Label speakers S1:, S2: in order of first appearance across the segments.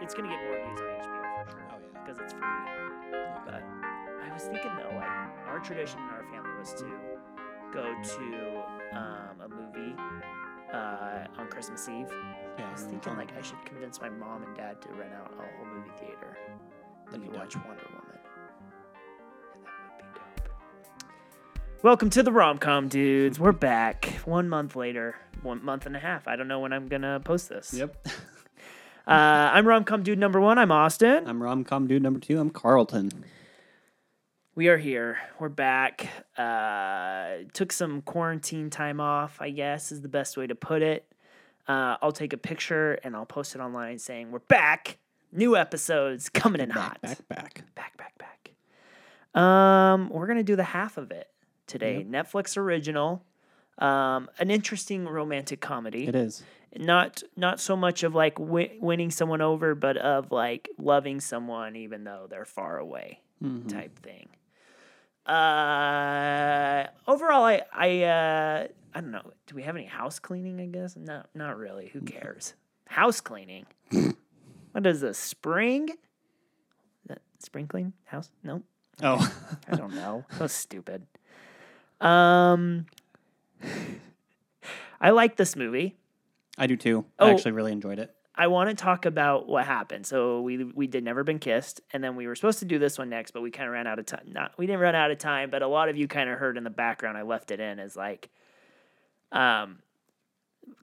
S1: it's gonna get more views on HBO for sure
S2: Oh yeah.
S1: because it's free. But I was thinking though, like our tradition in our family was to go to um, a movie uh, on Christmas Eve. I
S2: Yeah.
S1: was thinking like I should convince my mom and dad to rent out a whole movie theater
S2: That'd
S1: and
S2: be
S1: we
S2: dope.
S1: watch Wonder Woman. And that would be dope. Welcome to the rom com, dudes. We're back one month later, one month and a half. I don't know when I'm gonna post this.
S2: Yep.
S1: Uh, I'm rom com dude number one. I'm Austin.
S2: I'm rom com dude number two. I'm Carlton.
S1: We are here. We're back. Uh, took some quarantine time off, I guess, is the best way to put it. Uh, I'll take a picture and I'll post it online saying, We're back. New episodes coming in hot.
S2: Back, back, back.
S1: back, back, back. Um, we're gonna do the half of it today.
S2: Yep.
S1: Netflix original, um, an interesting romantic comedy.
S2: It is.
S1: Not not so much of like wi- winning someone over, but of like loving someone even though they're far away
S2: Mhm.
S1: type thing. Uh, overall, I I uh, I don't know. Do we have any house cleaning? I guess not. Not really. Who cares? House cleaning. what is this? Spring? Is that spring clean house? Nope.
S2: Oh,
S1: I don't know. That was stupid. Um, I like this movie.
S2: I do too.
S1: Oh.
S2: I actually really enjoyed it.
S1: I want to talk about what happened. So we we did never been kissed, and then we were supposed to do this one next, but we kind of ran out of time. Not we didn't run out of time, but a lot of you kind of heard in the background. I left it in as like, um,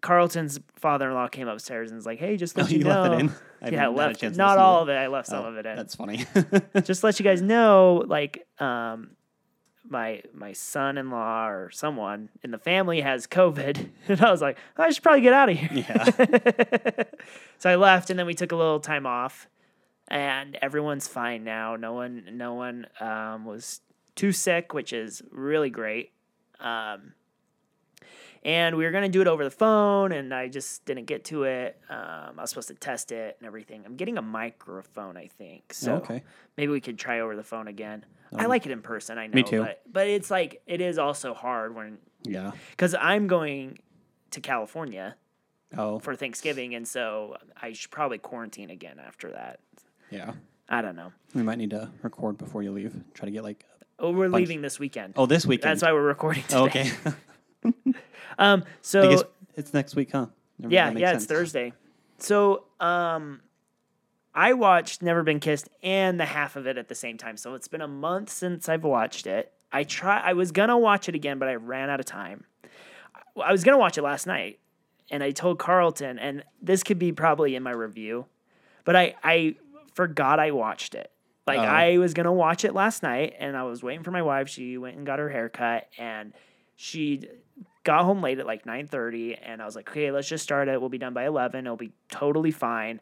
S1: Carlton's father in law came upstairs and was like, "Hey, just
S2: No,
S1: let you,
S2: Oh, you
S1: know."
S2: left it in. I
S1: yeah,
S2: haven't had a
S1: left
S2: chance
S1: it.
S2: to
S1: Not
S2: listen to
S1: all of it. I left some
S2: Oh,
S1: of it in
S2: That's funny.
S1: just let you guys know, like, um, my my son in law or someone in the family has COVID, and I was like, I should probably get out of here. Yeah. so I left, and then we took a little time off, and everyone's fine now. No one, no one um, was too sick, which is really great. Um, and we were gonna do it over the phone, and I just didn't get to it. Um, I was supposed to test it and everything. I'm getting a microphone, I think. So
S2: okay.
S1: maybe we could try over the phone again. I like it in person. I know.
S2: Um, me too.
S1: But, but it's like it is also hard when
S2: Yeah.
S1: because I'm going to California
S2: Oh,
S1: for Thanksgiving, and so I should probably quarantine again after that.
S2: yeah.
S1: I don't know.
S2: We might need to record before you leave. Try to get like.
S1: Oh, we're leaving this weekend.
S2: Oh, this weekend.
S1: That's why we're recording today.
S2: Oh, okay.
S1: Um. So
S2: I guess it's next week, huh? Never mind,
S1: yeah,
S2: that makes
S1: yeah, it's
S2: sense.
S1: Thursday. So um, I watched Never Been Kissed and the half of it at the same time. So it's been a month since I've watched it. I try. I was gonna watch it again, but I ran out of time. I- I was gonna watch it last night, and I told Carlton, and this could be probably in my review, but I I forgot I watched it. Like
S2: Oh.
S1: I was gonna watch it last night, and I was waiting for my wife. She went and got her hair cut, and she got home late at like 9.30 and i was like okay let's just start it we'll be done by 11 it'll be totally fine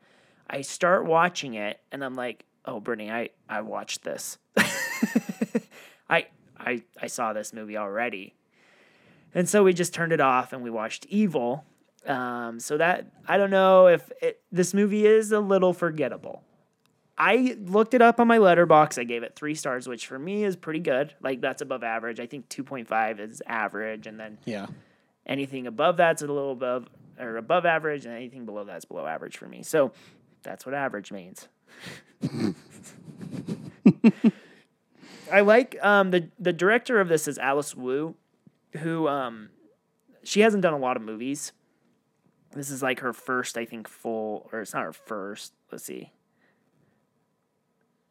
S1: i start watching it and i'm like oh brittany i, I watched this I, I i saw this movie already and so we just turned it off and we watched evil um, so that i don't know if it, this movie is a little forgettable I looked it up on my letterbox. I gave it three stars, which for me is pretty good. Like that's above average. I think two point five is average, and then
S2: Yeah.
S1: anything above that's a little above or above average, and anything below that's below average for me. So that's what average means. I like um, the the director of this is Alice Wu, who um, she hasn't done a lot of movies. This is like her first, I think, full or it's not her first. Let's see.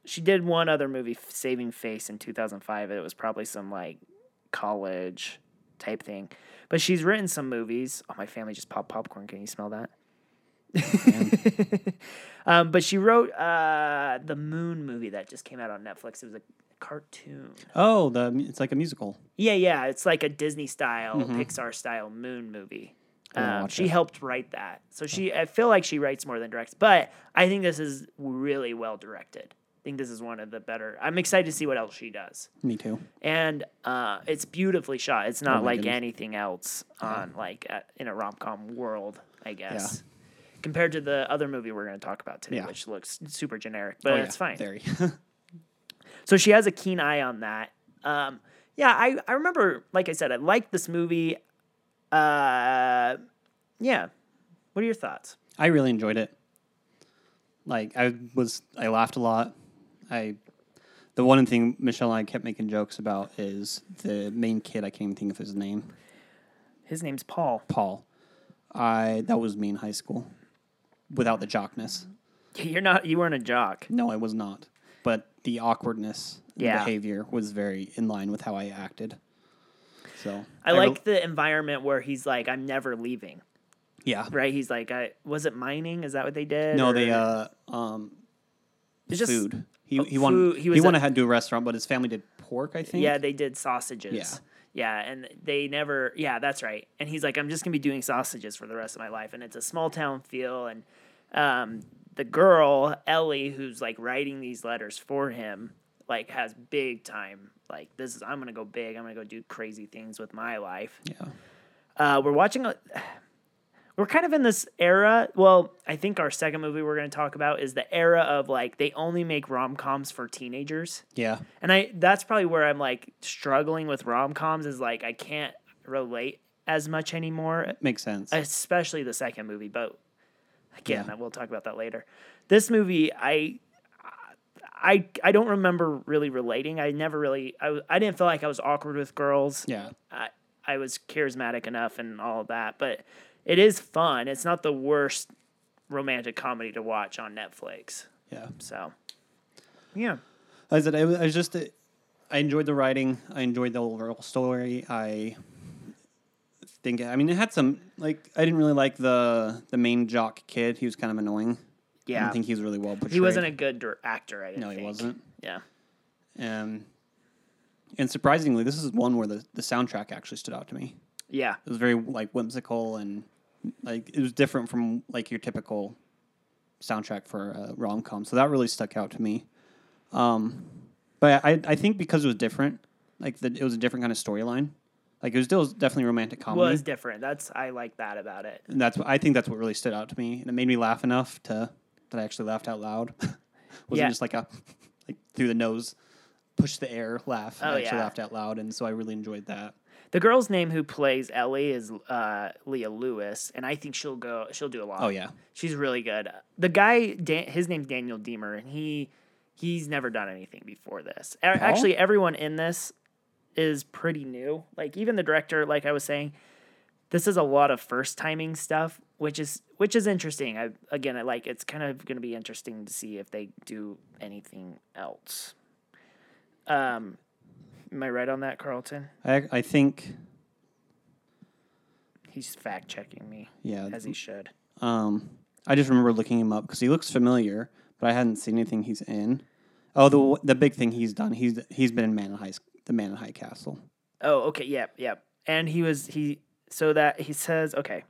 S1: She did one other movie, Saving Face, in two thousand five. It was probably some like college type thing. But she's written some movies. Oh, my family just popped popcorn. Can you smell that? um, but she wrote uh, the Moon movie that just came out on Netflix. It was a cartoon.
S2: Oh, the mu- it's like a musical.
S1: Yeah, yeah. It's like a Disney style, Pixar style Moon movie.
S2: I wanna
S1: Um,
S2: Mm-hmm. watch
S1: she
S2: it.
S1: helped write that. So she, I feel like she writes more than directs, but I think this is really well directed. I think this is one of the better. I'm excited to see what else she does
S2: Me too.
S1: and uh, it's beautifully shot. It's not
S2: Oh my
S1: like
S2: goodness. Uh-huh.
S1: anything else on like a, in a rom com world, I guess. Compared to the other movie we're going to talk about today,
S2: Yeah.
S1: which looks super generic, but
S2: oh,
S1: it's fine.
S2: Very.
S1: So she has a keen eye on that. Um, yeah, I, I remember, like I said, I liked this movie. Uh, yeah. What are your thoughts?
S2: I really enjoyed it. Like I was, I laughed a lot. I, the one thing Michelle and I kept making jokes about is the main kid. I can't even think of his name.
S1: His name's Paul.
S2: Paul. I that was me in high school, without the jockness.
S1: You're not. You weren't a jock.
S2: No, I was not. But the awkwardness and
S1: Yeah.
S2: behavior was very in line with how I acted. So
S1: I
S2: rel-
S1: like the environment where he's like, I'm never leaving.
S2: yeah.
S1: Right? He's like, I was it mining? Is that what they did?
S2: No,
S1: Or-
S2: they uh um
S1: It's just-
S2: food. He he
S1: food-
S2: wanted
S1: he
S2: he,
S1: was
S2: wanted
S1: a-
S2: to do a restaurant, but his family did pork. I think.
S1: Yeah, they did sausages.
S2: Yeah.
S1: Yeah, and they never. Yeah, that's right. And he's like, I'm just gonna be doing sausages for the rest of my life, and it's a small town feel. And um, the girl Ellie, who's like writing these letters for him, like has big time. Like this is, I'm gonna go big. I'm gonna go do crazy things with my life.
S2: yeah.
S1: Uh, we're watching. A, we're kind of in this era. Well, I think our second movie we're going to talk about is the era of like they only make rom coms for teenagers,
S2: Yeah.
S1: and I that's probably where I'm like struggling with rom coms is like I can't relate as much anymore,
S2: Makes sense.
S1: especially the second movie. But again,
S2: Yeah.
S1: we'll talk about that later. This movie, I. I, I don't remember really relating. I never really I, I didn't feel like I was awkward with girls.
S2: yeah.
S1: I, I was charismatic enough and all of that, but it is fun. It's not the worst romantic comedy to watch on Netflix.
S2: Yeah.
S1: So, yeah.
S2: I said I was, I was just uh, I enjoyed the writing. I enjoyed the overall story. I think I mean it had some like I didn't really like the the main jock kid. He was kind of annoying. I
S1: Yeah.
S2: don't think he was really well portrayed.
S1: he wasn't a good dir- actor, I didn't
S2: no, he
S1: think.
S2: wasn't.
S1: Yeah.
S2: Um, and surprisingly, this is one where the, the soundtrack actually stood out to me.
S1: Yeah.
S2: It was very like whimsical and like it was different from like your typical soundtrack for a rom com. So that really stuck out to me. Um, but I I think because it was different, like the, it was a different kind of storyline. Like it was still definitely romantic comedy.
S1: Was different. That's I like that about it.
S2: and that's what I think that's what really stood out to me, and it made me laugh enough to that I actually laughed out loud. Wasn't
S1: Yeah.
S2: just like a like through the nose, push the air laugh.
S1: Oh,
S2: I actually
S1: yeah.
S2: laughed out loud, and so I really enjoyed that.
S1: The girl's name who plays Ellie is uh, Leah Lewis, and I think she'll go. She'll do a lot.
S2: Oh yeah,
S1: she's really good. The guy, Dan, his name's Daniel Deemer, and he he's never done anything before this. A- Actually, everyone in this is pretty new. Like even the director, like I was saying, this is a lot of first timing stuff, which is which is interesting. I again, I like it's kind of going to be interesting to see if they do anything else. Um, am I right on that, Carlton?
S2: I I think
S1: He's fact checking me
S2: yeah.
S1: as he should.
S2: Um, I just remember looking him up because he looks familiar, but I hadn't seen anything he's in. Oh, the the big thing he's done he's he's been in Man in High the Man in High Castle.
S1: Oh, okay. Yep, yep. And he was he so that he says okay.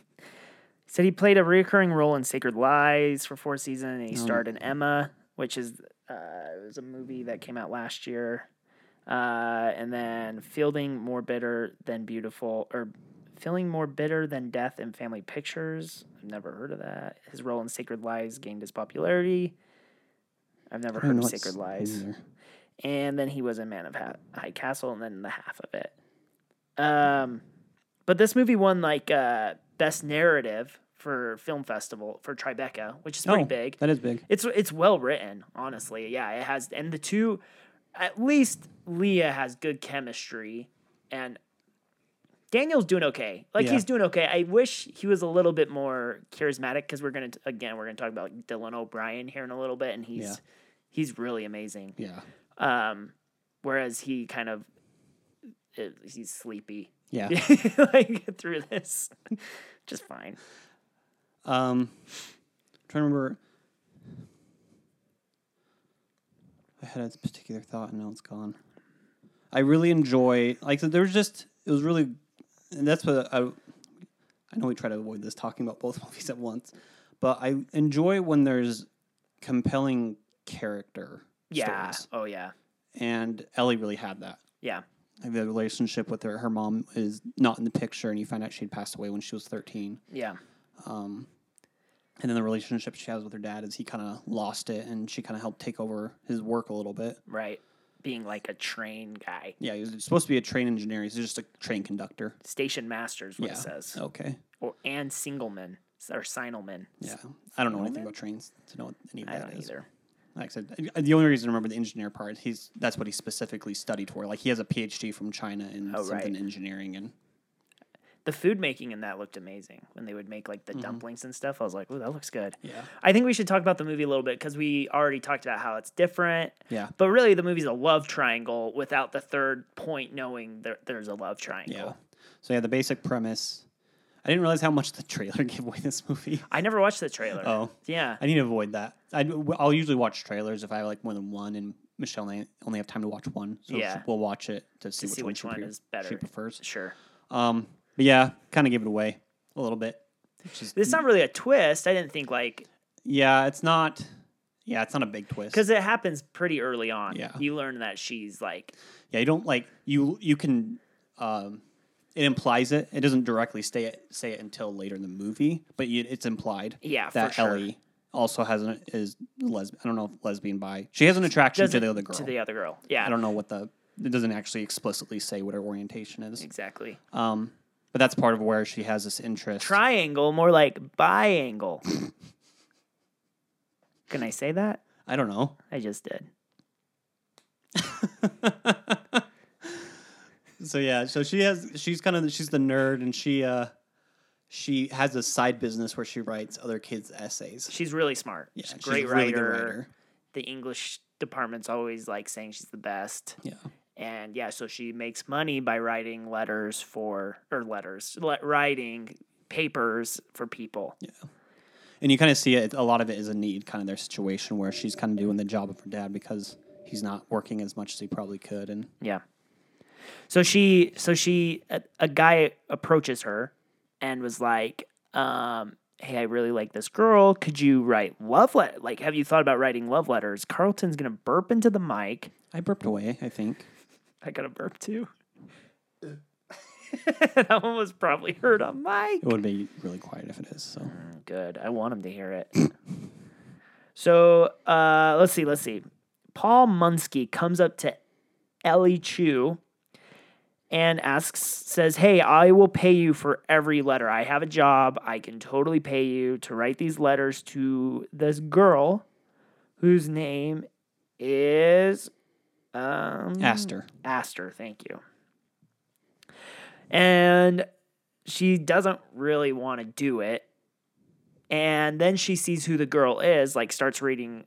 S1: said he played a recurring role in Sacred Lies for four seasons, and he
S2: Oh.
S1: starred in Emma, which is uh, it was a movie that came out last year. Uh, and then Fielding More Bitter Than Beautiful, or Feeling More Bitter Than Death in Family Pictures. I've never heard of that. His role in Sacred Lies gained his popularity. I've never
S2: I don't
S1: heard
S2: know
S1: of
S2: what's
S1: Sacred Lies
S2: either.
S1: and then he was in Man of ha- High Castle, and then the half of it. Um, but this movie won like uh, best narrative for film festival for Tribeca, which is pretty
S2: Oh,
S1: big.
S2: That is big.
S1: It's it's well written, honestly. Yeah, it has, and the two, at least Leah has good chemistry, and Daniel's doing okay. Like
S2: Yeah.
S1: he's doing okay. I wish he was a little bit more charismatic because we're gonna again we're gonna talk about Dylan O'Brien here in a little bit, and he's
S2: Yeah.
S1: he's really amazing.
S2: Yeah,
S1: Um, whereas he kind of it- he's sleepy
S2: yeah.
S1: like through this, just fine.
S2: Um, trying to remember. I had a particular thought and now it's gone. I really enjoy like so there was just it was really, and that's what I. I know we try to avoid this talking about both movies at once, but I enjoy when there's compelling character
S1: Yeah.
S2: stories,
S1: Oh yeah.
S2: and Ellie really had that.
S1: Yeah.
S2: Like the relationship with her, her mom is not in the picture, and you find out she'd passed away when she was thirteen.
S1: Yeah.
S2: Um, and then the relationship she has with her dad is he kind of lost it, and she kind of helped take over his work a little bit.
S1: Right. Being like a train guy,
S2: Yeah, he was supposed to be a train engineer. He's just a train conductor.
S1: station masters, what
S2: Yeah. Oh.
S1: it says,
S2: Okay.
S1: or and singleman. or Sinelman.
S2: Yeah, I don't know anything
S1: Snowman?
S2: about trains to know what any of
S1: I
S2: that
S1: don't
S2: is.
S1: either.
S2: Like I said, I- the only reason I remember the engineer part, he's that's what he specifically studied for. Like he has a PhD from China in
S1: Oh,
S2: something
S1: right.
S2: engineering, and
S1: The food making in that looked amazing when they would make like the dumplings and stuff. I was like, "Ooh, that looks good."
S2: Mm-hmm. yeah,
S1: I think we should talk about the movie a little bit because we already talked about how it's different.
S2: yeah,
S1: But really, the movie's a love triangle without the third point knowing there, there's a love triangle.
S2: yeah. So yeah, the basic premise. I didn't realize how much the trailer gave away this movie.
S1: I never watched the trailer.
S2: Oh.
S1: yeah.
S2: I need to avoid that. I, will usually watch trailers if I like more than one, and Michelle and I only have time to watch one. So
S1: Yeah.
S2: she- we'll watch it to see,
S1: see which
S2: she
S1: one
S2: pre-
S1: is better.
S2: She prefers.
S1: Sure.
S2: Um, but yeah, kind of gave it away a little bit. which is-
S1: It's not really a twist. I didn't think like
S2: yeah, it's not. Yeah, it's not a big twist.
S1: because it happens pretty early on.
S2: Yeah.
S1: You learn that she's like
S2: yeah, you don't like you. You can. Um, it implies it. It doesn't directly say it, say it until later in the movie, but you, it's implied.
S1: Yeah, for
S2: that
S1: sure.
S2: Ellie also has an is lesbian. I don't know if lesbian by. She has an attraction to
S1: doesn't-
S2: the other girl.
S1: To the other girl. Yeah.
S2: I don't know what the it doesn't actually explicitly say what her orientation is.
S1: exactly.
S2: Um, but that's part of where she has this interest.
S1: Triangle, more like biangle. Can I say that?
S2: I don't know.
S1: I just did.
S2: So yeah, so she has she's kind of she's the nerd and she uh she has a side business where she writes other kids essays.
S1: She's really smart.
S2: Yeah,
S1: she's a
S2: she's
S1: great
S2: a really good
S1: writer.
S2: writer.
S1: The English department's always like saying she's the best.
S2: Yeah.
S1: And yeah, so she makes money by writing letters for or letters, le- writing papers for people.
S2: And you kind of see it a lot of it is a need kind of their situation where she's kind of doing the job of her dad because he's not working as much as he probably could and
S1: Yeah. So she, so she, a, a guy approaches her and was like, um, "Hey, I really like this girl. Could you write love let? Like, have you thought about writing love letters?" Carlton's gonna burp into the mic.
S2: I burped away, I think.
S1: I got to burp too. that one was probably heard on mic.
S2: It would be really quiet if it is. So
S1: Mm, Good. I want him to hear it. so uh, let's see. Let's see. Paul Munsky comes up to Ellie Chu and asks, says, Hey, I will pay you for every letter. I have a job. I can totally pay you to write these letters to this girl whose name is um,
S2: Aster.
S1: Aster, thank you. And she doesn't really want to do it. And then she sees who the girl is, like starts reading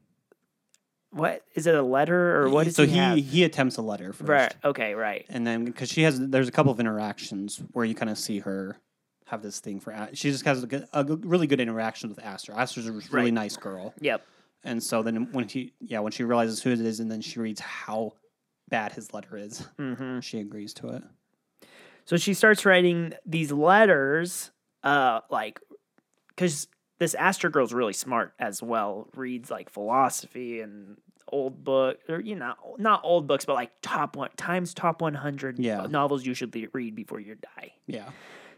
S1: what is it a letter or what is
S2: so
S1: he, have?
S2: he, he attempts a letter first.
S1: right okay right
S2: and then because she has there's a couple of interactions where you kind of see her have this thing for A- she just has a, good, a good- really good interaction with Aster. Aster's a really
S1: Right.
S2: nice girl,
S1: yep
S2: and so then when she yeah when she realizes who it is, and then she reads how bad his letter is,
S1: hmm
S2: she agrees to it.
S1: so she starts writing these letters uh like because this Aster girl's really smart as well reads like philosophy and old book or you know not old books but like top one times top 100
S2: Yeah.
S1: novels you should le- read before you die
S2: Yeah,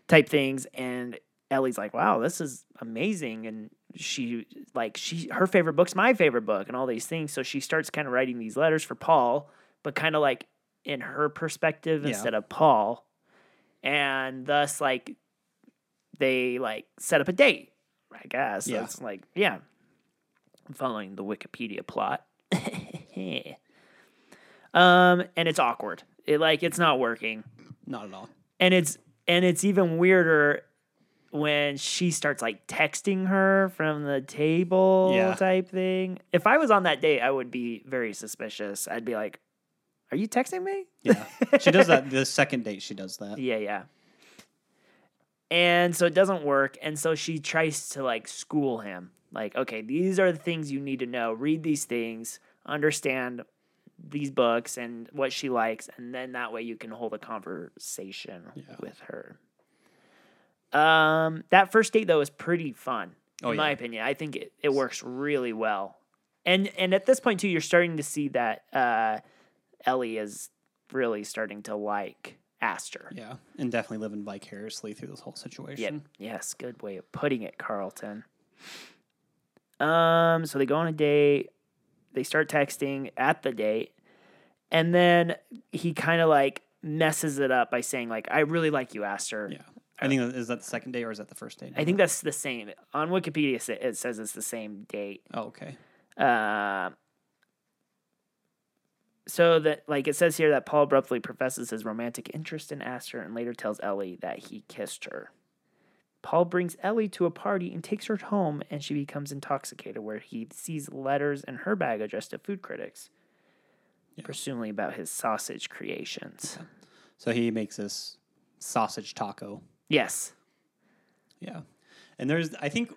S1: type things and Ellie's like wow this is amazing and she like she her favorite book's my favorite book and all these things so she starts kind of writing these letters for Paul but kind of like in her perspective
S2: Yeah.
S1: instead of Paul and thus like they like set up a date I guess
S2: Yeah.
S1: it's like yeah I'm following the Wikipedia plot um and it's awkward it like it's not working
S2: not at all.
S1: and it's and it's even weirder when she starts like texting her from the table
S2: Yeah.
S1: type thing. If I was on that date, I would be very suspicious. I'd be like, "Are you texting me?"
S2: Yeah, she does that the second date. She does that.
S1: Yeah, yeah. And so it doesn't work, and so she tries to like school him. Like, okay, these are the things you need to know. Read these things, understand these books and what she likes, and then that way you can hold a conversation
S2: Yeah.
S1: with her. Um, that first date though is pretty fun,
S2: Oh,
S1: in my
S2: yeah.
S1: opinion. I think it, it works really well, and and at this point too, you're starting to see that uh, Ellie is really starting to like Aster.
S2: Yeah, and definitely living vicariously through this whole
S1: Yep.
S2: situation.
S1: Yes, good way of putting it, Carlton. Um, so they go on a date, they start texting at the date, and then he kind of like messes it up by saying, like, I really like you, Aster.
S2: Yeah, I think is that the second day or is that the first day?
S1: I think that's the same. On Wikipedia, it sa- it says it's the same date.
S2: Oh, okay.
S1: Uh, so that like it says here that Paul abruptly professes his romantic interest in Astor and later tells Ellie that he kissed her. Paul brings Ellie to a party and takes her home and she becomes intoxicated where he sees letters in her bag addressed to food critics.
S2: Yeah.
S1: Presumably about his sausage creations.
S2: So he makes this sausage taco.
S1: Yes.
S2: Yeah. And there's, I think,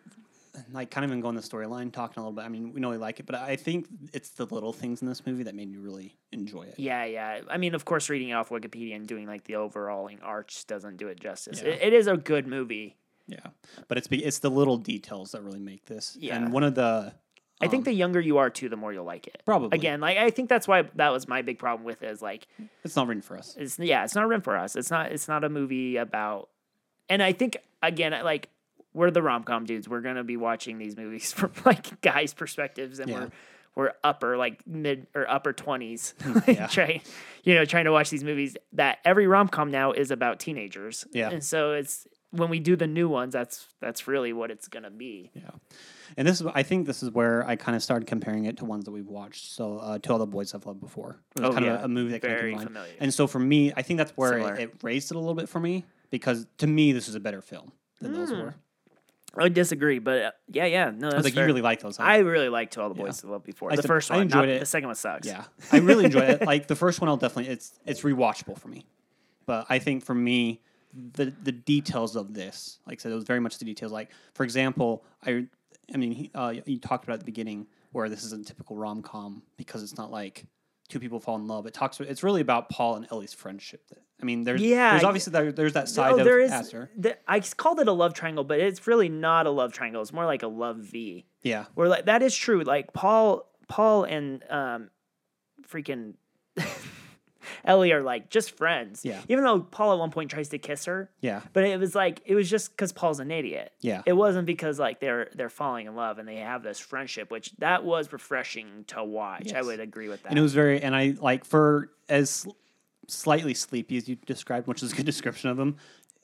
S2: like kind of even going the storyline, talking a little bit. I mean, we know we like it, but I think it's the little things in this movie that made me really enjoy it.
S1: Yeah, yeah. I mean, of course, reading it off Wikipedia and doing like the overalling arch doesn't do it justice.
S2: Yeah.
S1: It, it is a good movie.
S2: Yeah. But it's be- it's the little details that really make this.
S1: Yeah.
S2: And one of the,
S1: I think
S2: Um,
S1: the younger you are too, the more you'll like it.
S2: Probably.
S1: Again, like I think that's why that was my big problem with it is like
S2: it's not written for us.
S1: it's yeah, it's not written for us. It's not it's not a movie about and I think again, I- like we're the rom com dudes. We're gonna be watching these movies from like guys' perspectives and
S2: Yeah.
S1: we're we're upper like mid or upper twenties.
S2: Yeah.
S1: trying you know, trying to watch these movies that every rom com now is about teenagers.
S2: Yeah.
S1: And so it's when we do the new ones, that's that's really what it's gonna be.
S2: Yeah. And this is, I think this is where I kind of started comparing it to ones that we've watched. So, uh, To All the Boys I've Loved Before. It was
S1: Oh,
S2: kind of
S1: yeah.
S2: a movie that connected
S1: Very
S2: mine.
S1: familiar.
S2: And so for me, I think that's where
S1: Similar.
S2: it, it raised it a little bit for me because to me, this is a better film than those were.
S1: I would disagree, but uh, yeah, yeah. No, Hmm. that's
S2: I was like,
S1: fair.
S2: you really like those. huh?
S1: I really liked all the boys to love before.
S2: I
S1: the
S2: sup-
S1: first
S2: I
S1: one,
S2: enjoyed
S1: not,
S2: it.
S1: The second one sucks.
S2: Yeah, I really enjoy it. Like the first one, I'll definitely it's it's rewatchable for me. But I think for me, the the details of this, like I said, it was very much the details. Like for example, I I mean, he, uh, you talked about at the beginning where this isn't typical rom com because it's not like two people fall in love. It talks. It's really about Paul and Ellie's friendship. I mean, there's
S1: Yeah,
S2: there's
S1: I-
S2: obviously there, there's that side
S1: Oh,
S2: of
S1: there is.
S2: Astor.
S1: The, I called it a love triangle, but it's really not a love triangle. It's more like a love V.
S2: Yeah,
S1: Where like that is true. Like Paul, Paul and um, freaking Ellie are like just friends.
S2: Yeah.
S1: Even though Paul at one point tries to kiss her,
S2: yeah,
S1: but it was like it was just because Paul's an idiot.
S2: yeah.
S1: It wasn't because like they're they're falling in love and they have this friendship, which that was refreshing to watch. I
S2: Yes.
S1: would agree with that.
S2: and it was very and i like for as sl- slightly sleepy as you described which is a good description of him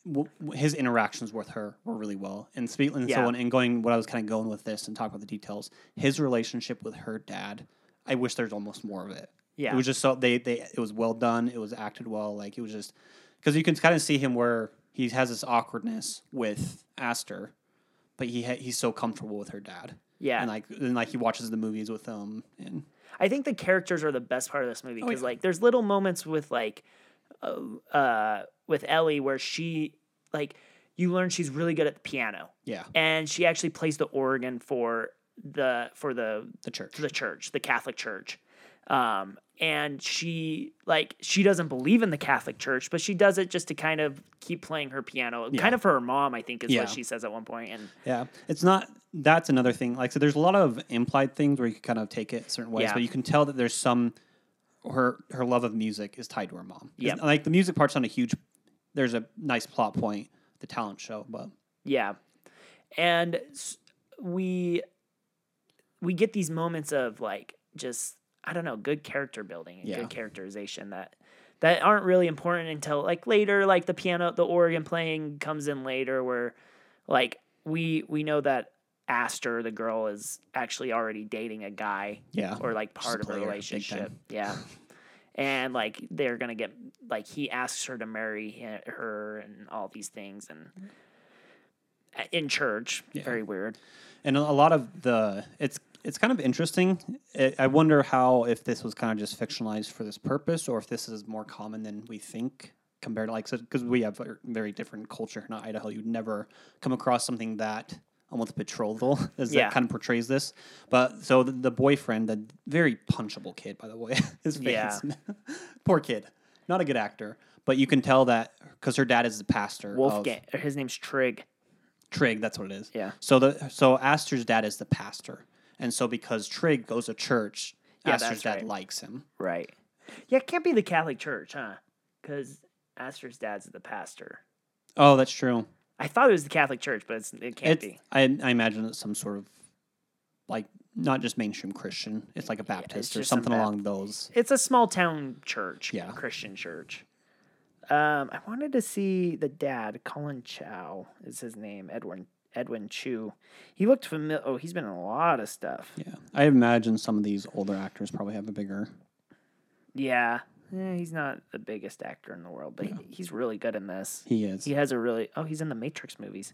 S2: w- w- his interactions with her were really well and speaking and so
S1: Yeah.
S2: on and going what i was kind of going with this and talking about the details his relationship with her dad i wish there's almost more of it
S1: yeah.
S2: it was just so they they it was well done it was acted well like it was just because you can kind of see him where he has this awkwardness with astor but he ha- he's so comfortable with her dad
S1: yeah.
S2: and like and like he watches the movies with them and
S1: I think the characters are the best part of this movie
S2: Oh,
S1: because
S2: yeah.
S1: like there's little moments with like uh, uh with Ellie where she like you learn she's really good at the piano
S2: yeah
S1: and she actually plays the organ for the for the
S2: the church
S1: to the church, the Catholic Church. Um, and she like she doesn't believe in the Catholic Church, but she does it just to kind of keep playing her piano,
S2: Yeah.
S1: kind of for her mom, I think, is
S2: Yeah.
S1: what she says at one point. And
S2: Yeah, it's not. That's another thing. Like, so there's a lot of implied things where you can kind of take it certain ways,
S1: Yeah.
S2: but you can tell that there's some. Her her love of music is tied to her mom.
S1: Yeah.
S2: It's- like the music part's not a huge. There's a nice plot point, the talent show, but
S1: yeah, and s- we we get these moments of like just I don't know, good character building and
S2: Yeah.
S1: good characterization that that aren't really important until like later, like the piano, the organ playing comes in later, where like we we know that Aster, the girl, is actually already dating a guy
S2: yeah,
S1: or like
S2: a
S1: part of a
S2: player, big
S1: relationship.
S2: time.
S1: Yeah. And like they're gonna get like he asks her to marry he- her and all these things and uh, in church,
S2: Yeah.
S1: very weird.
S2: and a lot of the it's it's kind of interesting. I I wonder how if this was kind of just fictionalized for this purpose, or if this is more common than we think compared to like because we have a very different culture here in Idaho. You'd never come across something that almost betrothal as
S1: Yeah.
S2: that kind of portrays this. But so the, the boyfriend, the very punchable kid, by the way, his face,
S1: Yeah.
S2: poor kid, not a good actor. But you can tell that because her dad is the pastor. of-
S1: Wolfgang, his name's Trig.
S2: Trig, that's what it is.
S1: Yeah.
S2: So the so Astor's dad is the pastor, and so because Trig goes to church,
S1: Yeah,
S2: Astor's
S1: that's
S2: dad
S1: right.
S2: likes him.
S1: Right. Yeah, it can't be the Catholic Church, huh? Because Astor's dad's the pastor.
S2: Oh, that's true.
S1: I thought it was the Catholic Church, but it's, it can't
S2: It's-
S1: be.
S2: I, I imagine it's some sort of like not just mainstream Christian. It's like a Baptist or
S1: just some
S2: something
S1: Bap-
S2: along those.
S1: It's a small town church,
S2: Yeah.
S1: Christian church. Um, I wanted to see the dad, Colin Chow is his name, Edwin Edwin Chu. He looked familiar. Oh, he's been in a lot of stuff.
S2: Yeah, I imagine some of these older actors probably have a bigger.
S1: Yeah, yeah he's not the biggest actor in the world, but he, he's really good in this.
S2: He is.
S1: He has a really oh, he's in the Matrix movies.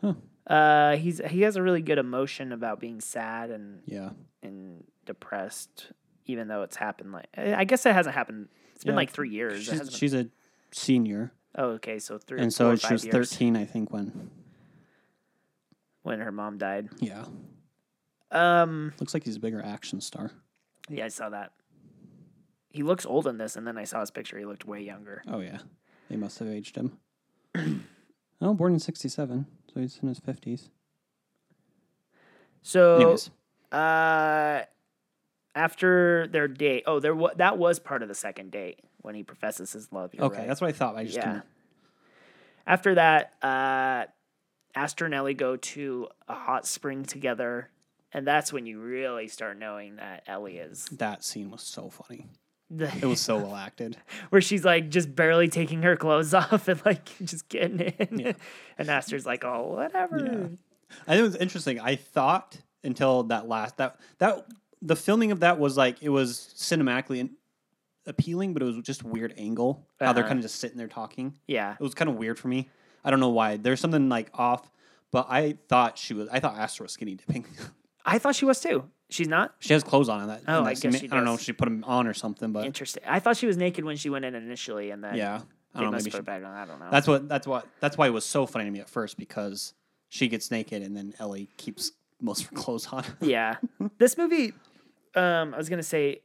S2: Huh.
S1: Uh, he's he has a really good emotion about being sad and
S2: Yeah.
S1: and depressed, even though it's happened like I I guess it hasn't happened. It's been
S2: Yeah.
S1: like three years. It
S2: She's,
S1: hasn't-
S2: she's a senior,
S1: oh, okay, so three
S2: and
S1: four
S2: so
S1: or
S2: she
S1: five
S2: was
S1: years
S2: thirteen, I think, when.
S1: when her mom died.
S2: Yeah,
S1: Um,
S2: looks like he's a bigger action star.
S1: yeah, I saw that. He looks old in this, and then I saw his picture. He looked way younger.
S2: Oh yeah, they must have aged him. oh, born in '67, so he's in his fifties.
S1: So,
S2: Anyways,
S1: uh, after their date, oh, there wa- that was part of the second date when he professes his love. You're
S2: okay,
S1: right.
S2: that's what I thought. I just
S1: Yeah.
S2: couldn't-
S1: After that, uh, Astor and Ellie go to a hot spring together, and that's when you really start knowing that Ellie is
S2: that scene was so funny. It
S1: the,
S2: was so well acted.
S1: where she's like just barely taking her clothes off and like just getting in,
S2: Yeah.
S1: and Astor's like, "Oh, whatever."
S2: I think it was interesting. I thought until that last that that the filming of that was like it was cinematically in- appealing, but it was just weird angle how they're
S1: Uh-huh.
S2: kind of just sitting there talking.
S1: Yeah,
S2: It was kind of weird for me. I don't know why. There's something like off, but I thought she was. I thought Astro was skinny dipping.
S1: I thought she was too. She's not
S2: she has clothes on in that. in
S1: Oh,
S2: that
S1: I guess
S2: scene.
S1: she
S2: I don't know
S1: does.
S2: if she put them on or something, but
S1: interesting. I thought she was naked when she went in initially, and then
S2: yeah, I
S1: they
S2: don't know.
S1: must
S2: Maybe
S1: put
S2: she,
S1: her back on. I don't know.
S2: that's what that's what that's why it was so funny to me at first because she gets naked and then Ellie keeps most of her clothes on.
S1: yeah this movie um i was gonna say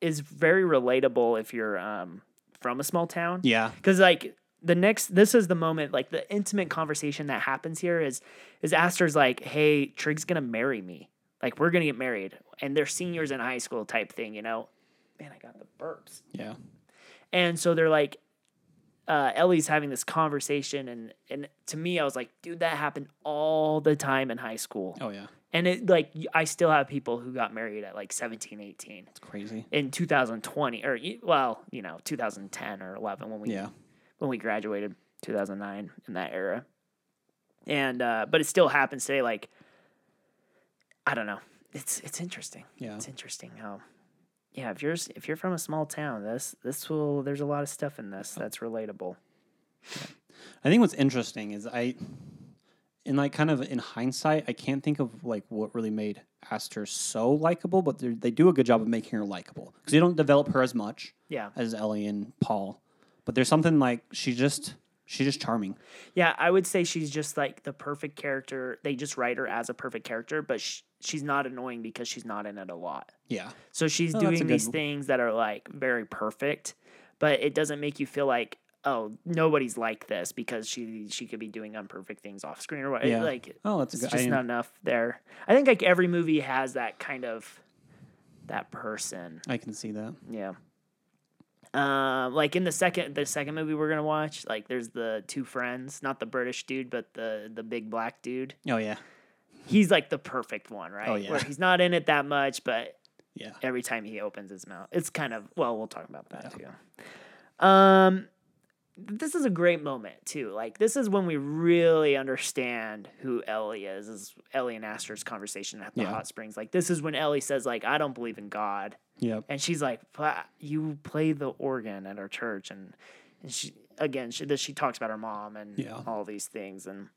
S1: is very relatable if you're um from a small town
S2: yeah,
S1: because like the next this is the moment like the intimate conversation that happens here is is astor's like hey trig's gonna marry me like we're gonna get married and they're seniors in high school type thing you know man i got the burps
S2: yeah.
S1: and so they're like, uh, Ellie's having this conversation, and and to me, I was like, dude, that happened all the time in high school.
S2: Oh yeah,
S1: And it like y- I still have people who got married at like 17, 18
S2: it's crazy.
S1: in 2020 or y- well, you know, 2010 or 11 when we
S2: Yeah,
S1: when we graduated 2009 in that era. And uh but it still happens today like I don't know. It's it's interesting.
S2: yeah.
S1: It's interesting how, yeah, if you're s- if you're from a small town, this this will there's a lot of stuff in this that's relatable.
S2: I think what's interesting is I, in like kind of in hindsight, I can't think of like what really made Aster so likable, but they're- they do a good job of making her likable because they don't develop her as much
S1: Yeah,
S2: as Ellie and Paul, but there's something like she just she's just charming.
S1: yeah, I would say she's just like the perfect character. They just write her as a perfect character, but sh- she's not annoying because she's not in it a lot.
S2: Yeah,
S1: So she's
S2: Oh, that's a
S1: doing
S2: good
S1: these
S2: w-
S1: things that are like very perfect, but it doesn't make you feel like oh nobody's like this because she she could be doing unperfect things off screen or what.
S2: Yeah.
S1: Like
S2: Oh, that's a
S1: it's
S2: good. I
S1: just
S2: didn't-
S1: not enough there. I think like every movie has that kind of that person.
S2: I can see that.
S1: Yeah. Um, like in the second the second movie we're gonna watch, like there's the two friends, not the British dude, but the the big black dude.
S2: Oh yeah,
S1: He's like the perfect one, right?
S2: Oh, yeah.
S1: Where he's not in it that much, but
S2: yeah.
S1: every time he opens his mouth, it's kind of well, we'll talk about that too. Um this is a great moment too. Like this is when we really understand who Ellie is, is Ellie and Astor's conversation at the
S2: Yeah.
S1: hot springs. Like this is when Ellie says, like, I don't believe in God
S2: Yep.
S1: and she's like, "But you play the organ at our church," and, and she again, she this, she talks about her mom and
S2: Yeah.
S1: all these things, and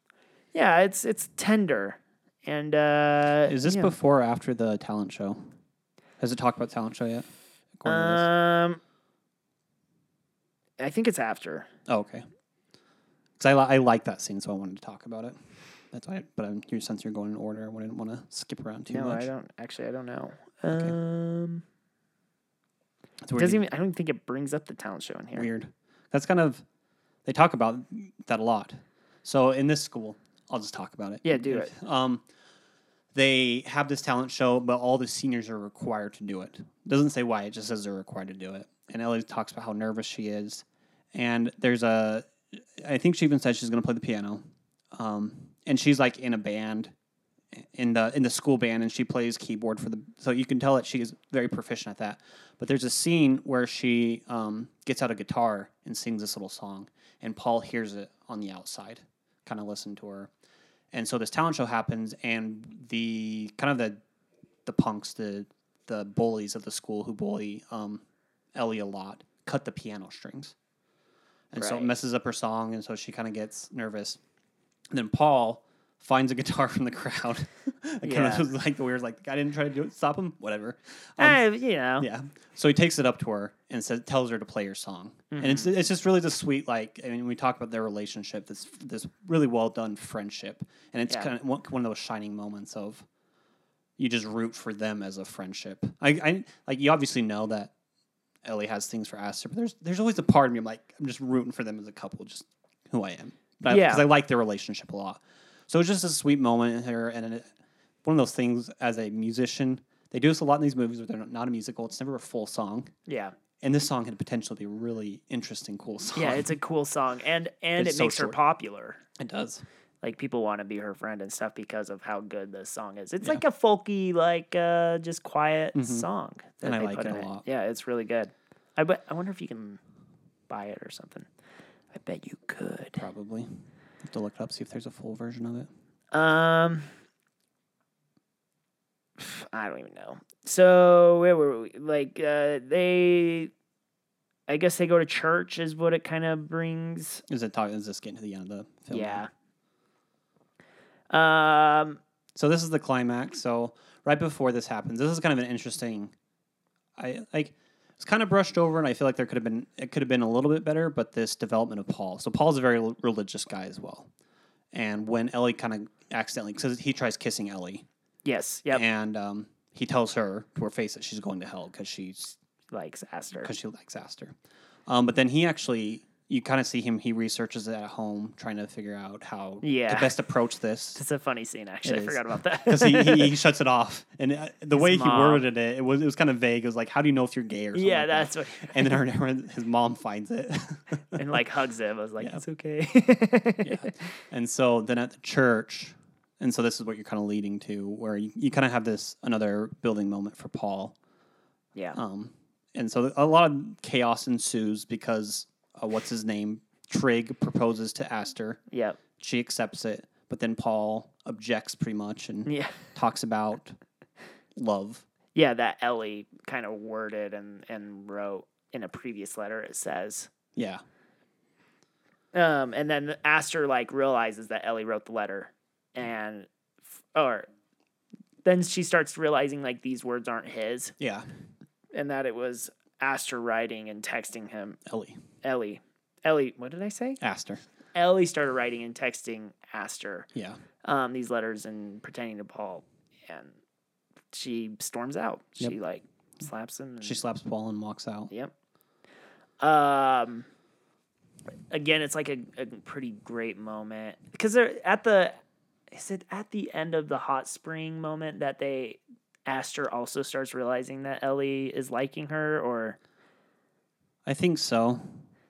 S1: yeah, it's it's tender, and uh,
S2: Is this
S1: yeah.
S2: before or after the talent show? Has it talked about talent show yet? According to this?
S1: Um, I think it's after.
S2: Oh, okay. Because I, li- I like that scene, so I wanted to talk about it. That's why. but I'm, your since you're going in order, I wouldn't want to skip around too
S1: no,
S2: much.
S1: I don't actually. I don't know.
S2: Okay.
S1: Um, it
S2: It's weird.
S1: doesn't
S2: you-
S1: even. I don't think it brings up the talent show in here.
S2: weird. That's kind of they talk about that a lot. So in this school, I'll just talk about it.
S1: Yeah, do it.
S2: Um, they have this talent show, but all the seniors are required to do it. Doesn't say why. It just says they're required to do it. And Ellie talks about how nervous she is, and there's a. I think she even said she's going to play the piano, um, and she's like in a band, in the in the school band and she plays keyboard for the so you can tell that she is very proficient at that but there's a scene where she um, gets out a guitar and sings this little song and paul hears it on the outside kind of listen to her and so this talent show happens and the kind of the the punks the the bullies of the school who bully um, ellie a lot cut the piano strings and so it
S1: Right.
S2: messes up her song and so she kind of gets nervous and then paul finds a guitar from the crowd that kind
S1: Yeah.
S2: of was like the weird like i didn't try to do it stop him whatever Um,
S1: Eh, you know,
S2: yeah. So he takes it up to her and says, tells her to play her song, and it's
S1: Mm-hmm.
S2: it's just really the sweet like. I mean, we talk about their relationship. This this really well done friendship, and it's
S1: Yeah.
S2: kind of one, one of those shining moments of you just root for them as a friendship. I, I like you obviously know that Ellie has things for Aster, but there's there's always a part of me I'm like I'm just rooting for them as a couple, just who I am. But
S1: Yeah.
S2: because I like their relationship a lot. So it's just a sweet moment in here, and it, one of those things as a musician. They do this a lot in these movies where they're not a musical. It's never a full song,
S1: yeah,
S2: and this song had potential to be a really interesting, cool song.
S1: yeah. It's a cool song, and and
S2: It's
S1: it
S2: so
S1: makes her
S2: short.
S1: popular.
S2: it does.
S1: Like people want to be her friend and stuff because of how good this song is. It's like a folky, like uh, just quiet song. That
S2: Mm-hmm. And I
S1: they
S2: like
S1: put
S2: it
S1: in
S2: a lot.
S1: Yeah, it's really good. I bet. I wonder if you can buy it or something. I bet you could.
S2: Probably have to look it up, see if there's a full version of it.
S1: Um, I don't even know. So where were we? Like, uh, they, I guess they go to church is what it kind of brings.
S2: Is it talking? Is this getting to the end of the film?
S1: yeah. Um.
S2: So this is the climax. So right before this happens, this is kind of an interesting. I like it's kind of brushed over, and I feel like there could have been it could have been a little bit better. But this development of Paul. So Paul's a very l- religious guy as well, and when Ellie kind of accidentally because he tries kissing Ellie,
S1: Yes. Yep.
S2: and um, he tells her to her face that she's going to hell because she's
S1: Likes Aster.
S2: because she likes Aster. Um, but then he actually, you kind of see him. He researches it at home, trying to figure out how
S1: Yeah.
S2: to best approach this.
S1: It's a funny scene. Actually, I
S2: is.
S1: forgot about that.
S2: Because he, he, he shuts it off, and uh, the way he
S1: mom.
S2: worded it, it was it was kind of vague. It was like, "How do you know if you're gay?" Or something
S1: yeah,
S2: like
S1: that's
S2: That.
S1: what.
S2: And then her, his mom finds it.
S1: And like hugs him. I was like, it's okay.
S2: yeah. And so then at the church, and so this is what you're kind of leading to, where you, you kind of have this another building moment for Paul,
S1: yeah.
S2: Um, and so a lot of chaos ensues because uh, what's his name? Trig proposes to Aster.
S1: Yep.
S2: She accepts it, but then Paul objects pretty much and
S1: Yeah.
S2: talks about love.
S1: yeah, that Ellie kind of worded and and wrote in a previous letter. It says,
S2: Yeah.
S1: um, and then Aster like realizes that Ellie wrote the letter, and f- or then she starts realizing like these words aren't his,
S2: Yeah.
S1: and that it was Aster writing and texting him
S2: Ellie.
S1: Ellie. Ellie, what did I say?
S2: Aster.
S1: Ellie started writing and texting Aster
S2: Yeah.
S1: um, these letters and pretending to Paul, and she storms out.
S2: Yep.
S1: She like slaps him. And
S2: She slaps Paul and walks out.
S1: Yep. Um, again, it's like a, a pretty great moment because they're at the. Is it at the end of the hot spring moment that they Aster also starts realizing that Ellie is liking her, or
S2: I think so,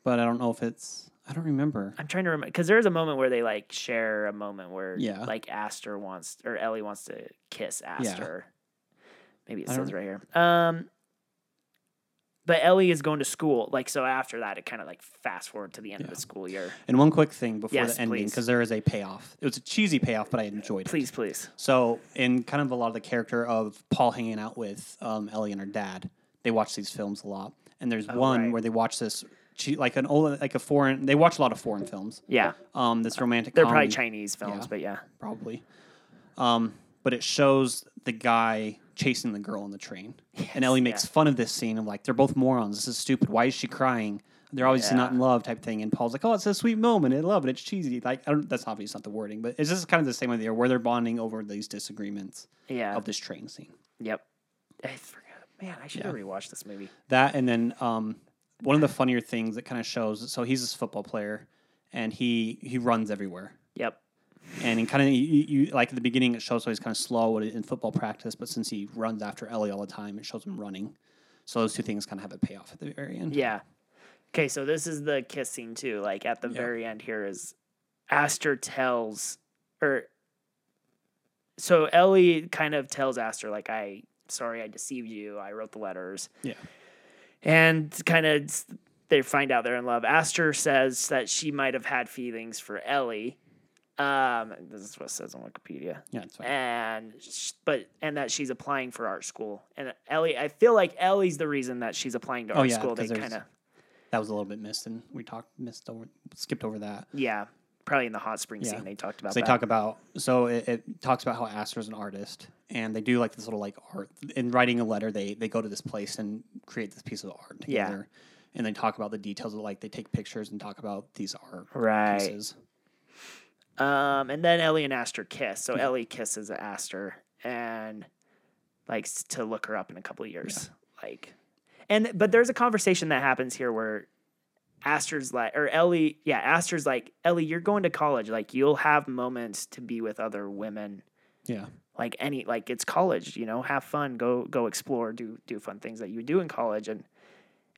S2: but I don't know if it's. I don't remember.
S1: I'm trying to remember because there's a moment where they like share a moment where
S2: Yeah.
S1: like Aster wants or Ellie wants to kiss Aster. Maybe it
S2: I
S1: says
S2: don't-
S1: right here. Um. But Ellie is going to school, like so. After that, it kind of like fast forward to the end of
S2: Yeah.
S1: the school year.
S2: And one quick thing before
S1: Yes,
S2: the ending,
S1: please.
S2: because there is a payoff. It was a cheesy payoff, but I enjoyed it.
S1: Please, please.
S2: So, in kind of a lot of the character of Paul hanging out with um, Ellie and her dad, they watch these films a lot. And there's one
S1: Oh, right.
S2: where they watch this, che- like an old, like a foreign. They watch a lot of foreign films.
S1: Yeah.
S2: Um, this romantic.
S1: They're probably
S2: comedy,
S1: Chinese films,
S2: Yeah.
S1: but yeah.
S2: probably. Um, but it shows the guy chasing the girl on the train, and Ellie makes fun of this scene of like they're both morons. This is stupid. Why is she crying? They're obviously not
S1: Yeah.
S2: in love, type thing. And Paul's like, "Oh, it's a sweet moment. I love it. It's cheesy. Like I don't, that's obviously not the wording, but it's just kind of the same idea where they're bonding over these disagreements
S1: Yeah.
S2: of this train scene.
S1: yep. I forgot. Man, I should have rewatched this movie.
S2: That and then um, one of the funnier things that kind of shows. So he's this football player, and he he runs everywhere.
S1: Yep.
S2: and he kind of you, you like at the beginning it shows how he's kind of slow in- in football practice, but since he runs after Ellie all the time, it shows him running. So those two things kind of have a payoff at the very end.
S1: Yeah. Okay, so this is the kiss scene too. Like at the very end here is Aster tells or so Ellie kind of tells Aster like I sorry I deceived you. I wrote the letters.
S2: Yeah.
S1: And kind of they find out they're in love. Aster says that she might have had feelings for Ellie. Um this is what it says on Wikipedia.
S2: Yeah, it's fine.
S1: And sh- but and that she's applying for art school. And Ellie I feel like Ellie's the reason that she's applying to
S2: Oh,
S1: art
S2: yeah,
S1: school. They
S2: 'cause there's-
S1: kind of
S2: That was a little bit missed, and we talked missed over skipped over that.
S1: yeah, probably in the hot spring
S2: Yeah.
S1: scene they talked about
S2: So they
S1: that.
S2: talk about so it, it talks about how Aster's an artist, and they do like this little like art in writing a letter. They they go to this place and create this piece of art
S1: Yeah.
S2: together, and they talk about the details of like they take pictures and talk about these art
S1: right.
S2: pieces.
S1: Um, and then Ellie and Aster kiss. So Ellie kisses Aster and likes to look her up in a couple of years. Like, and but there's a conversation that happens here where Aster's like, or Ellie, yeah, Aster's like, Ellie, you're going to college. Like, you'll have moments to be with other women.
S2: Yeah,
S1: Like any, like it's college. You know, have fun, go go explore, do do fun things that you do in college, and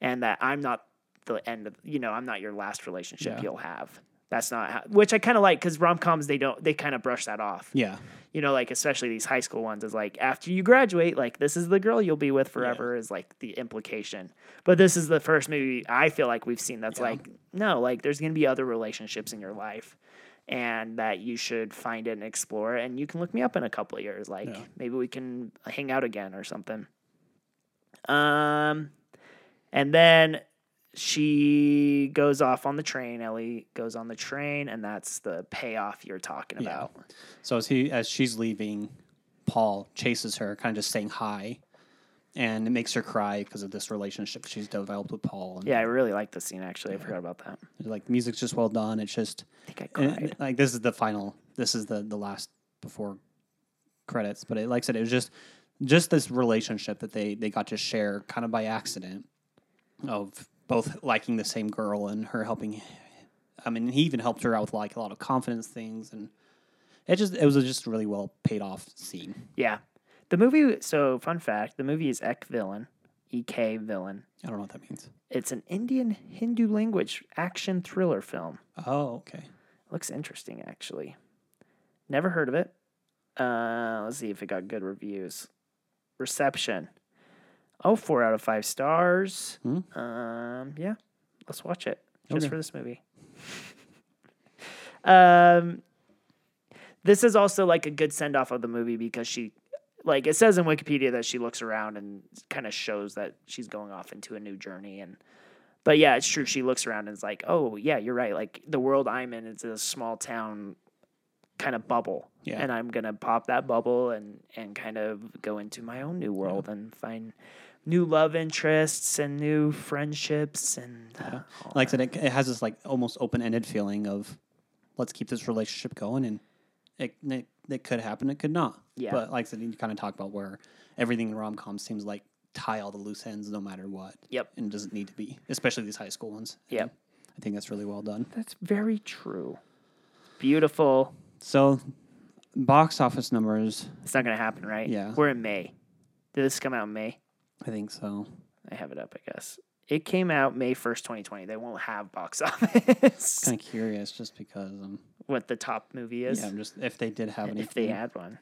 S1: and that I'm not the end of you know I'm not your last relationship
S2: Yeah.
S1: you'll have. That's not how, which I kind of like because rom coms they don't they kind of brush that off.
S2: yeah,
S1: You know, like especially these high school ones is like after you graduate, like this is the girl you'll be with forever is like the implication. But this is the first movie I feel like we've seen that's
S2: Yeah.
S1: like no, like there's gonna be other relationships in your life. And that you should find it and explore, and you can look me up in a couple of years. Like
S2: Yeah.
S1: maybe we can hang out again or something. Um, and then she goes off on the train. Ellie goes on the train, and that's the payoff you're talking
S2: Yeah.
S1: about.
S2: So as he as she's leaving, Paul chases her, kind of just saying hi, and it makes her cry because of this relationship she's developed with Paul. And
S1: Yeah, I really like this scene actually. I forgot about that.
S2: like the music's just well done. It's just
S1: I think I
S2: and,
S1: cried.
S2: like this is the final. This is the the last before credits. But it, like I said, it was just just this relationship that they they got to share kind of by accident of both liking the same girl and her helping. I mean, he even helped her out with like a lot of confidence things, and it just it was a just really well paid off scene.
S1: yeah. The movie so fun fact, the movie is Ek Villain, EK Villain.
S2: I don't know what that means.
S1: It's an Indian Hindu language action thriller film.
S2: Oh, okay.
S1: Looks interesting actually. Never heard of it. Uh, let's see if it got good reviews. Reception. Oh, four out of five stars.
S2: Hmm.
S1: Um, yeah, let's watch it just
S2: Okay.
S1: for this movie. um, this is also like a good send off of the movie because she, like, it says in Wikipedia that she looks around and kind of shows that she's going off into a new journey. And, but yeah, it's true. She looks around and is like, oh, yeah, you're right. Like, the world I'm in is a small town kind of bubble.
S2: Yeah.
S1: And I'm going to pop that bubble and, and kind of go into my own new world and find new love interests and new friendships and uh, all
S2: Like I said, it, it has this like almost open ended feeling of let's keep this relationship going, and it, it it could happen, it could not.
S1: Yeah.
S2: But like I said, you kind of talk about where everything in rom com seems like tie all the loose ends no matter what.
S1: Yep.
S2: And it doesn't need to be, especially these high school ones.
S1: Yep.
S2: And I think that's really well done.
S1: That's very true. Beautiful.
S2: So, box office numbers,
S1: It's not gonna happen, right?
S2: Yeah.
S1: We're in May. Did this come out in May?
S2: I think so.
S1: I have it up, I guess. It came out May first, twenty twenty. They won't have box office
S2: Kind of curious, just because um,
S1: what the top movie is.
S2: yeah, I'm just if they did have any,
S1: if they had one.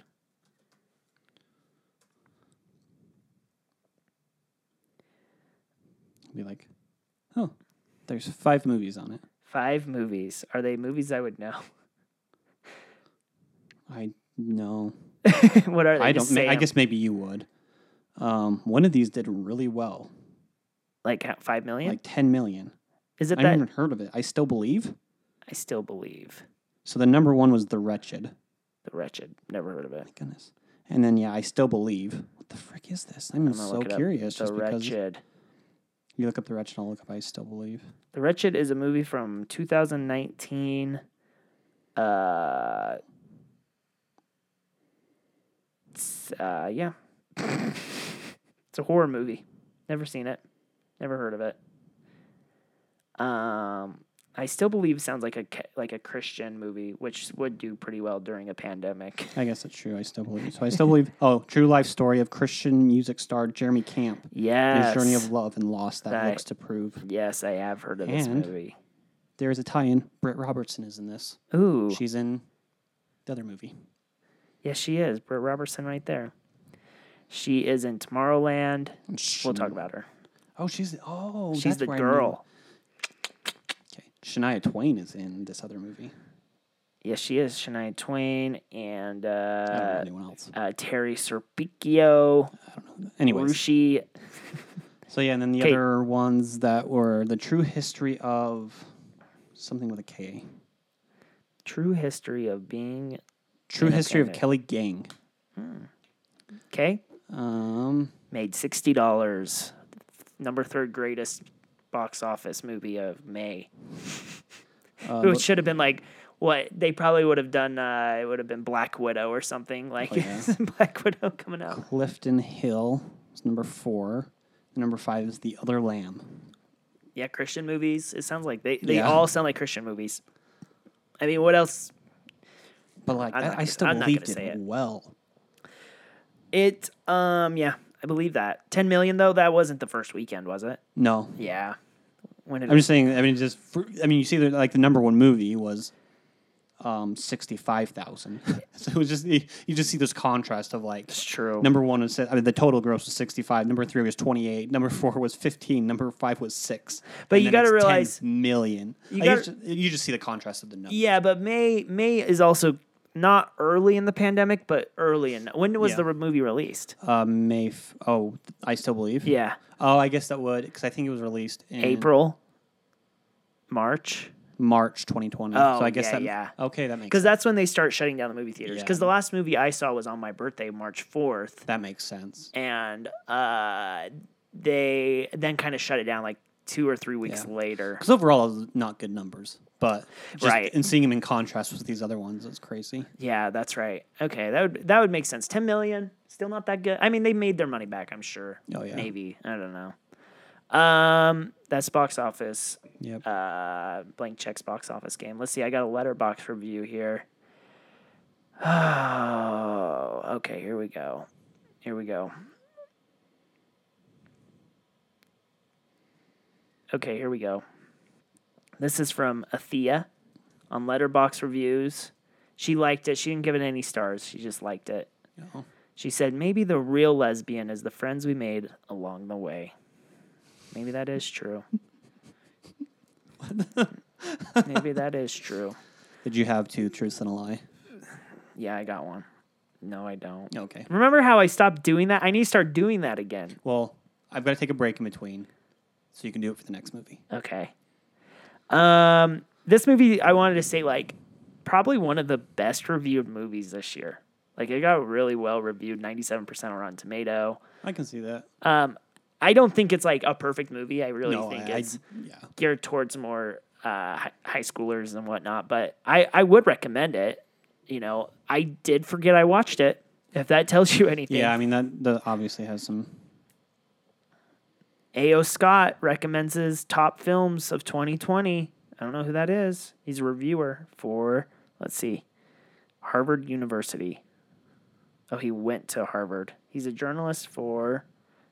S2: be like, oh, there's five movies on it.
S1: Five movies. Are they movies I would know?
S2: I know.
S1: what are they?
S2: I
S1: Just
S2: don't. ma-
S1: say
S2: I
S1: 'em.
S2: guess maybe you would. Um, one of these did really well,
S1: like ha- five million.
S2: like ten million.
S1: is it
S2: I
S1: that?
S2: haven't even heard of it. I still believe.
S1: I still believe
S2: So the number one was The Wretched.
S1: the wretched. Never heard of it.
S2: My goodness. And then yeah, I still believe. What the frick is this? I'm,
S1: I'm gonna
S2: so
S1: look it up.
S2: curious.
S1: The
S2: Just because
S1: wretched.
S2: you look up The Wretched, I'll look up I still believe.
S1: The Wretched is a movie from 2019. Uh, it's, uh, yeah. it's a horror movie. Never seen it. Never heard of it. Um, I still believe sounds like a ca- like a Christian movie, which would do pretty well during a pandemic.
S2: I guess that's true. I still believe. So I still believe. Oh, true life story of Christian music star Jeremy Camp.
S1: Yes.
S2: His journey of love and loss that,
S1: That-
S2: looks to prove.
S1: Yes, I have heard of this
S2: And-
S1: movie.
S2: There is a tie-in. Britt Robertson is in this.
S1: Ooh,
S2: She's in the other movie.
S1: Yes, she is. Britt Robertson right there. She is in Tomorrowland. We'll talk about her.
S2: Oh, she's oh,
S1: She's
S2: that's
S1: the
S2: where I knew-
S1: girl.
S2: Okay. Shania Twain is in this other movie.
S1: Yes, she is. Shania Twain and
S2: I don't know
S1: uh,
S2: anyone else.
S1: uh, Terry Serpicchio,
S2: I don't know. Anyways,
S1: Rushi.
S2: so yeah, and then the
S1: Kate.
S2: other ones that were the true history of something with a K.
S1: True history of being.
S2: True
S1: Yeah,
S2: history of
S1: okay.
S2: Kelly Gang.
S1: Okay.
S2: Um,
S1: Made sixty dollars. Number third greatest box office movie of May.
S2: uh,
S1: Which should have been like what they probably would have done. Uh, it would have been Black Widow or something like
S2: Oh, yeah.
S1: Black Widow coming out.
S2: Clifton Hill is number four. Number five is The Other Lamb.
S1: Yeah, Christian movies. It sounds like they, they
S2: Yeah.
S1: all sound like Christian movies. I mean, what else?
S2: But like,
S1: I'm
S2: I,
S1: not
S2: I
S1: gonna-
S2: still
S1: I'm not
S2: believed
S1: gonna
S2: it,
S1: say it.
S2: well.
S1: It um yeah, I believe that. 10 million though, that wasn't the first weekend, was it?
S2: No,
S1: Yeah. When did
S2: I'm just saying. I mean, just for, I mean, you see, that like the number one movie was um sixty five thousand. so it was just you, you just see this contrast of like
S1: it's true.
S2: number one was I mean the total gross was sixty five. Number three was twenty eight. Number four was fifteen. Number five was six.
S1: But
S2: and
S1: you
S2: then
S1: gotta
S2: it's 10
S1: realize-
S2: million.
S1: you
S2: Like, it's
S1: gotta-
S2: ju- you just see the contrast of the numbers.
S1: yeah, but May May is also not early in the pandemic, but early in when was
S2: Yeah.
S1: the re- movie released?
S2: Uh, May. F- oh, I still believe.
S1: Yeah.
S2: Oh, I guess that would because I think it was released in
S1: April, March.
S2: March 2020.
S1: Oh,
S2: so I guess
S1: yeah,
S2: that
S1: yeah.
S2: Okay, that makes
S1: Because that's when they start shutting down the movie theaters.
S2: Yeah.
S1: Because the last movie I saw was on my birthday, March 4th.
S2: that makes sense.
S1: and uh, they then kind of shut it down like two or three weeks
S2: Yeah.
S1: later.
S2: Because overall, it was not good numbers, but just,
S1: Right.
S2: And seeing them in contrast with these other ones is crazy.
S1: Yeah, that's right. Okay, that would that would make sense. Ten million, still not that good. I mean, they made their money back, I'm sure.
S2: Oh, yeah.
S1: maybe I don't know. Um, that's box office.
S2: Yep.
S1: Uh, blank checks box office game. Let's see. I got a letterbox review here. Oh, okay. Here we go. Here we go. Okay, here we go. This is from Athea on Letterbox Reviews. She liked it. She didn't give it any stars. She just liked it.
S2: Oh.
S1: She said, "Maybe the real lesbian is the friends we made along the way." Maybe that is true. Maybe that is true.
S2: Did you have two truths and a lie?
S1: Yeah, I got one. No, I don't.
S2: Okay.
S1: Remember how I stopped doing that? I need to start doing that again.
S2: Well, I've got to take a break in between, so you can do it for the next movie.
S1: Okay. Um, this movie I wanted to say like probably one of the best reviewed movies this year. Like it got really well reviewed, ninety seven percent on Rotten Tomato.
S2: I can see that.
S1: Um, I don't think it's like a perfect movie. I really
S2: no,
S1: think
S2: I, I-
S1: it's
S2: yeah.
S1: geared towards more uh, hi- high schoolers and whatnot. But I, I would recommend it. You know, I did forget I watched it. If that tells you anything,
S2: Yeah, I mean that that obviously has some.
S1: A.O. Scott recommends his top films of 2020. I don't know who that is. He's a reviewer for, let's see, Harvard University. Oh, he went to Harvard. He's a journalist for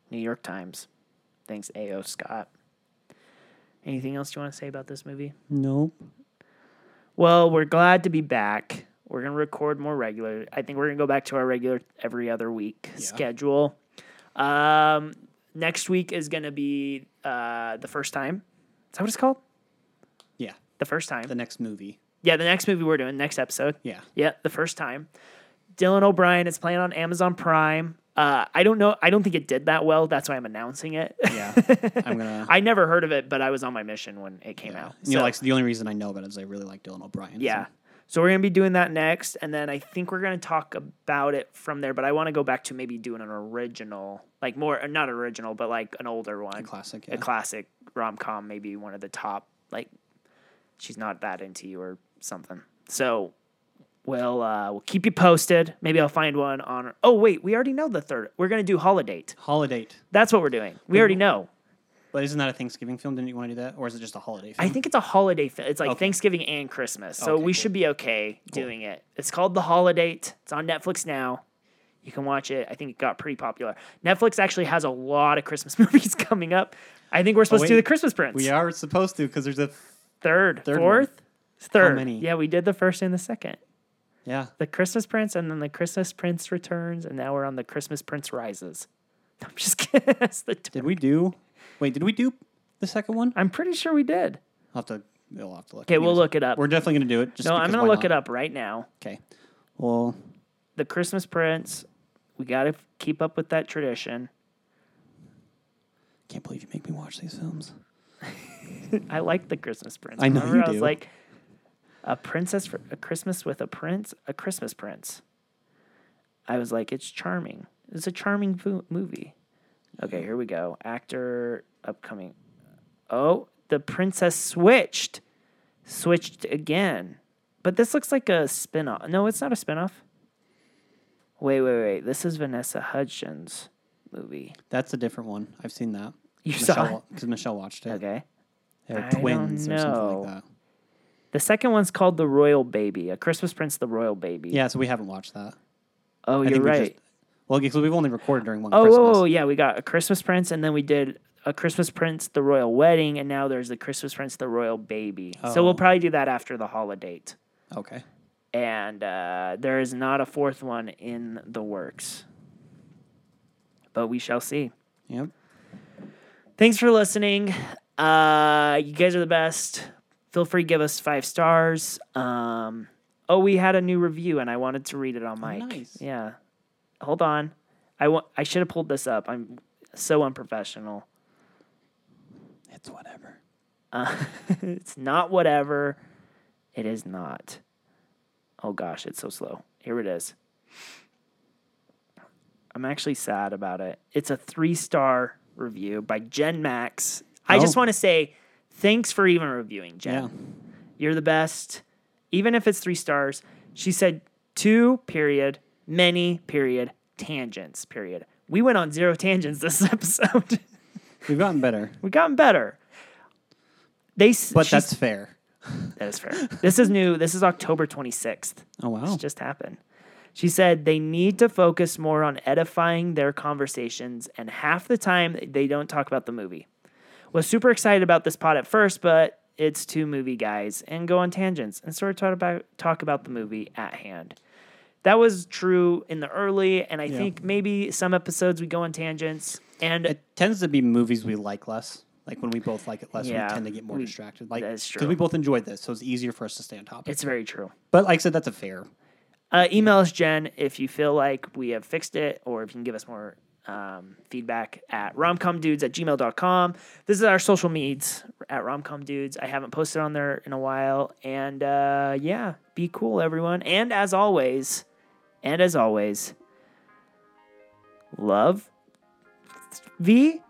S1: New York Times. Thanks, A.O. Scott. Anything else you want to say about this movie?
S2: Nope.
S1: Well, we're glad to be back. We're gonna record more regular. I think we're gonna go back to our regular every other week schedule. Um, next week is gonna be uh, the first time. Is that what it's called?
S2: Yeah,
S1: The first time.
S2: the next movie.
S1: yeah, the next movie we're doing next episode.
S2: Yeah.
S1: Yeah, the first time. Dylan O'Brien is playing on Amazon Prime. Uh, I don't know. I don't think it did that well. That's why I'm announcing it.
S2: Yeah. I'm gonna.
S1: I never heard of it, but I was on my mission when it came out.
S2: You know,
S1: So-
S2: like the only reason I know about it is I really like Dylan O'Brien. so-
S1: Yeah. So we're gonna be doing that next, and then I think we're gonna talk about it from there. But I want to go back to maybe doing an original, like more uh, not original, but like an older one,
S2: a classic. Yeah.
S1: a classic rom com, maybe one of the top. Like, she's not that into you or something. So we'll uh, we'll keep you posted. Maybe I'll find one on. Oh wait, we already know the third. We're gonna do Holiday.
S2: Holiday.
S1: That's what we're doing. We already know.
S2: But isn't that a Thanksgiving film? Didn't you want to do that, or is it just a holiday? film?
S1: I think it's a holiday. fi- It's like
S2: Okay.
S1: Thanksgiving and Christmas, so
S2: Okay,
S1: we
S2: cool.
S1: should be okay doing it. It's called The Holiday. It's on Netflix now. You can watch it. I think it got pretty popular. Netflix actually has a lot of Christmas movies coming up. I think we're supposed to do
S2: Oh, wait.
S1: the Christmas Prince.
S2: We are supposed to because there's a
S1: Third,
S2: Third one.
S1: fourth, third.
S2: many?
S1: Yeah, we did the first and the second.
S2: Yeah.
S1: The Christmas Prince, and then the Christmas Prince returns, and now we're on the Christmas Prince rises. I'm just kidding. That's the
S2: Did we do? Wait, did we do the second one?
S1: I'm pretty sure we did.
S2: I'll have to. We'll have to look.
S1: Okay, we'll look it up.
S2: We're definitely gonna do it. Just
S1: no, I'm
S2: because
S1: gonna
S2: why
S1: look
S2: not?
S1: it up right now.
S2: Okay. Well,
S1: The Christmas Prince. We gotta keep up with that tradition.
S2: can't believe you make me watch these films.
S1: I like the Christmas Prince.
S2: I know
S1: Remember,
S2: you
S1: I was
S2: do.
S1: like a princess for a Christmas with a prince, a Christmas Prince. I was like, it's charming. It's a charming fo- movie. Okay, here we go. Actor upcoming. Oh, the princess switched, switched again. But this looks like a spinoff. No, it's not a spinoff. Wait, wait, wait. This is Vanessa Hudgens' movie.
S2: That's a different one. I've seen that.
S1: You saw
S2: Michelle,
S1: it?
S2: because Michelle watched it.
S1: Okay.
S2: They were
S1: I don't
S2: twins or something
S1: know.
S2: like that.
S1: The second one's called The Royal Baby, A Christmas Prince, The Royal Baby.
S2: Yeah, so we haven't watched that.
S1: Oh,
S2: I
S1: you're
S2: think we
S1: right.
S2: Just, well, because we've only recorded during one
S1: Oh,
S2: Christmas.
S1: oh, oh, yeah. We got A Christmas Prince, and then we did A Christmas Prince, The Royal Wedding, and now there's The Christmas Prince, The Royal Baby. So
S2: Oh.
S1: we'll probably do that after the holiday.
S2: Okay.
S1: And uh, there is not a fourth one in the works. But we shall see.
S2: Yep.
S1: Thanks for listening. Uh, you guys are the best. Feel free to give us five stars. Um, oh, we had a new review and I wanted to read it on mic.
S2: nice.
S1: Yeah. Hold on. I wa- I should have pulled this up. I'm so unprofessional.
S2: It's whatever.
S1: Uh, it's not whatever. It is not. Oh gosh, it's so slow. Here it is. I'm actually sad about it. It's a three star review by Jen Max. I just
S2: Oh.
S1: want to say thanks for even reviewing, Jen.
S2: Yeah.
S1: You're the best. Even if it's three stars, she said two, period, many, period, tangents, period. We went on zero tangents this episode.
S2: We've gotten better,
S1: We've gotten better. They, s-
S2: but
S1: she
S2: that's fair.
S1: that is fair. This is new. This is October 26th.
S2: Oh wow.
S1: This just happened. She said they need to focus more on edifying their conversations, and half the time they don't talk about the movie. Was super excited about this pod at first, but it's two movie guys and go on tangents and sort of talk about talk about the movie at hand. That was true in the early, and I
S2: Yeah.
S1: think maybe some episodes we go on tangents. And
S2: It tends to be movies we like less. Like when we both like it less,
S1: Yeah,
S2: we tend to get more
S1: we-
S2: distracted. Like
S1: that is
S2: because we
S1: true.
S2: both enjoyed this, so it's easier for us to stay on topic.
S1: it's very true.
S2: but like I said, that's a fair.
S1: Uh, email us, Jen, if you feel like we have fixed it or if you can give us more um, feedback at romcomdudes at gmail.com. This is our social meds at romcomdudes. I haven't posted on there in a while. And uh, yeah, be cool, everyone. And as always, and as always, love V